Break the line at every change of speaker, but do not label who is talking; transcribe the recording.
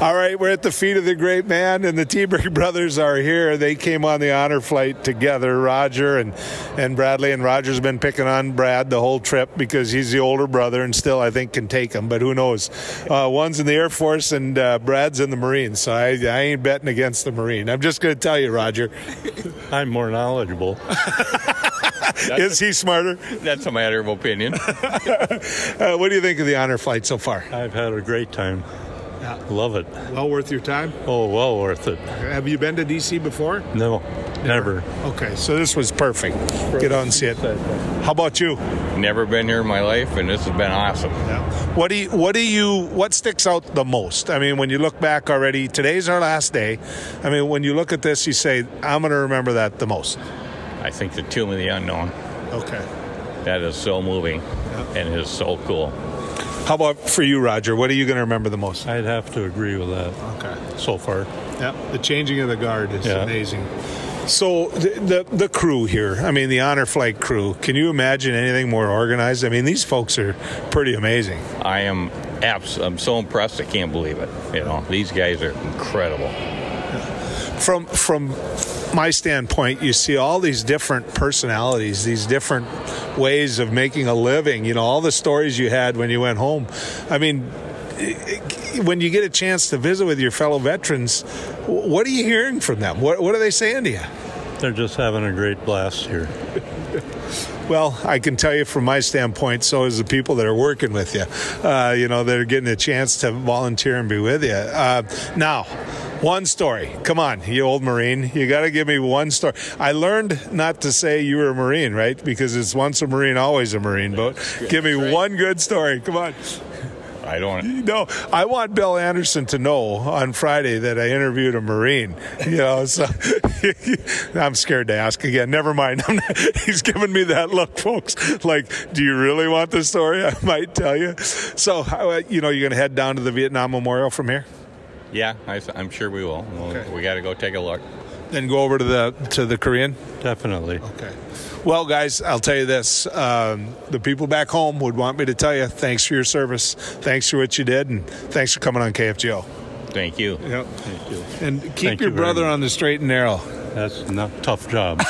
All right, we're at the feet of the great man, and the Teabrick brothers are here. They came on the honor flight together, Roger and, and Bradley. And Roger's been picking on Brad the whole trip because he's the older brother and still, I think, can take him, but who knows? Uh, one's in the Air Force, and uh, Brad's in the Marines, so I, I ain't betting against the Marine. I'm just going to tell you, Roger.
I'm more knowledgeable.
Is he smarter?
That's a matter of opinion.
Uh, what do you think of the honor flight so far?
I've had a great time. Love it.
Well worth your time.
Oh, well worth it.
Have you been to DC before?
No, never.
Okay, so
So this was perfect. Get on and see it. How about you?
Never been here in my life, and this has been awesome.
What do you, what do you what sticks out the most? I mean, when you look back already, today's our last day. I mean, when you look at this, you say, "I'm going to remember that the most."
I think the Tomb of the Unknown.
okay.
That is so moving, and is so cool.
How about for you, Roger? What are you going to remember the most?
I'd have to agree with that
Okay.
so far.
Yep. The changing of the guard is
Yeah.
amazing.
So the, the the crew here. I mean, the honor flight crew. Can you imagine anything more organized? I mean, these folks are pretty amazing.
I am abs- I'm so impressed. I can't believe it. You know, these guys are incredible.
from from my standpoint, you see all these different personalities, these different ways of making a living. You know, all the stories you had when you went home. I mean, i- i- when you get a chance to visit with your fellow veterans, wh- what are you hearing from them? What, what are they saying to you?
They're just having a great blast here.
Well, I can tell you from my standpoint, so is the people that are working with you. Uh, you know, that are getting a chance to volunteer and be with you. Uh, now, one story. Come on, you old Marine. You got to give me one story. I learned not to say you were a Marine, right? Because it's once a Marine, always a Marine. But give me one good story. Come on.
I don't.
No, I want Bill Anderson to know on Friday that I interviewed a Marine. You know, so I'm scared to ask again. Never mind. I'm not, he's giving me that look, folks. Like, do you really want the story? I might tell you. So, uh, you know, you're going to head down to the Vietnam Memorial from here,
Yeah, I, am sure we will. We'll- We got to go take a look.
then go over to the to the Korean.
Definitely.
Okay.
Well, guys, I'll tell you this: um, the people back home would want me to tell you, thanks for your service, thanks for what you did, and thanks for coming on KFGO.
Thank you.
Yep. And keep
Thank
your
you very
brother
much.
on the straight and narrow.
That's not tough job.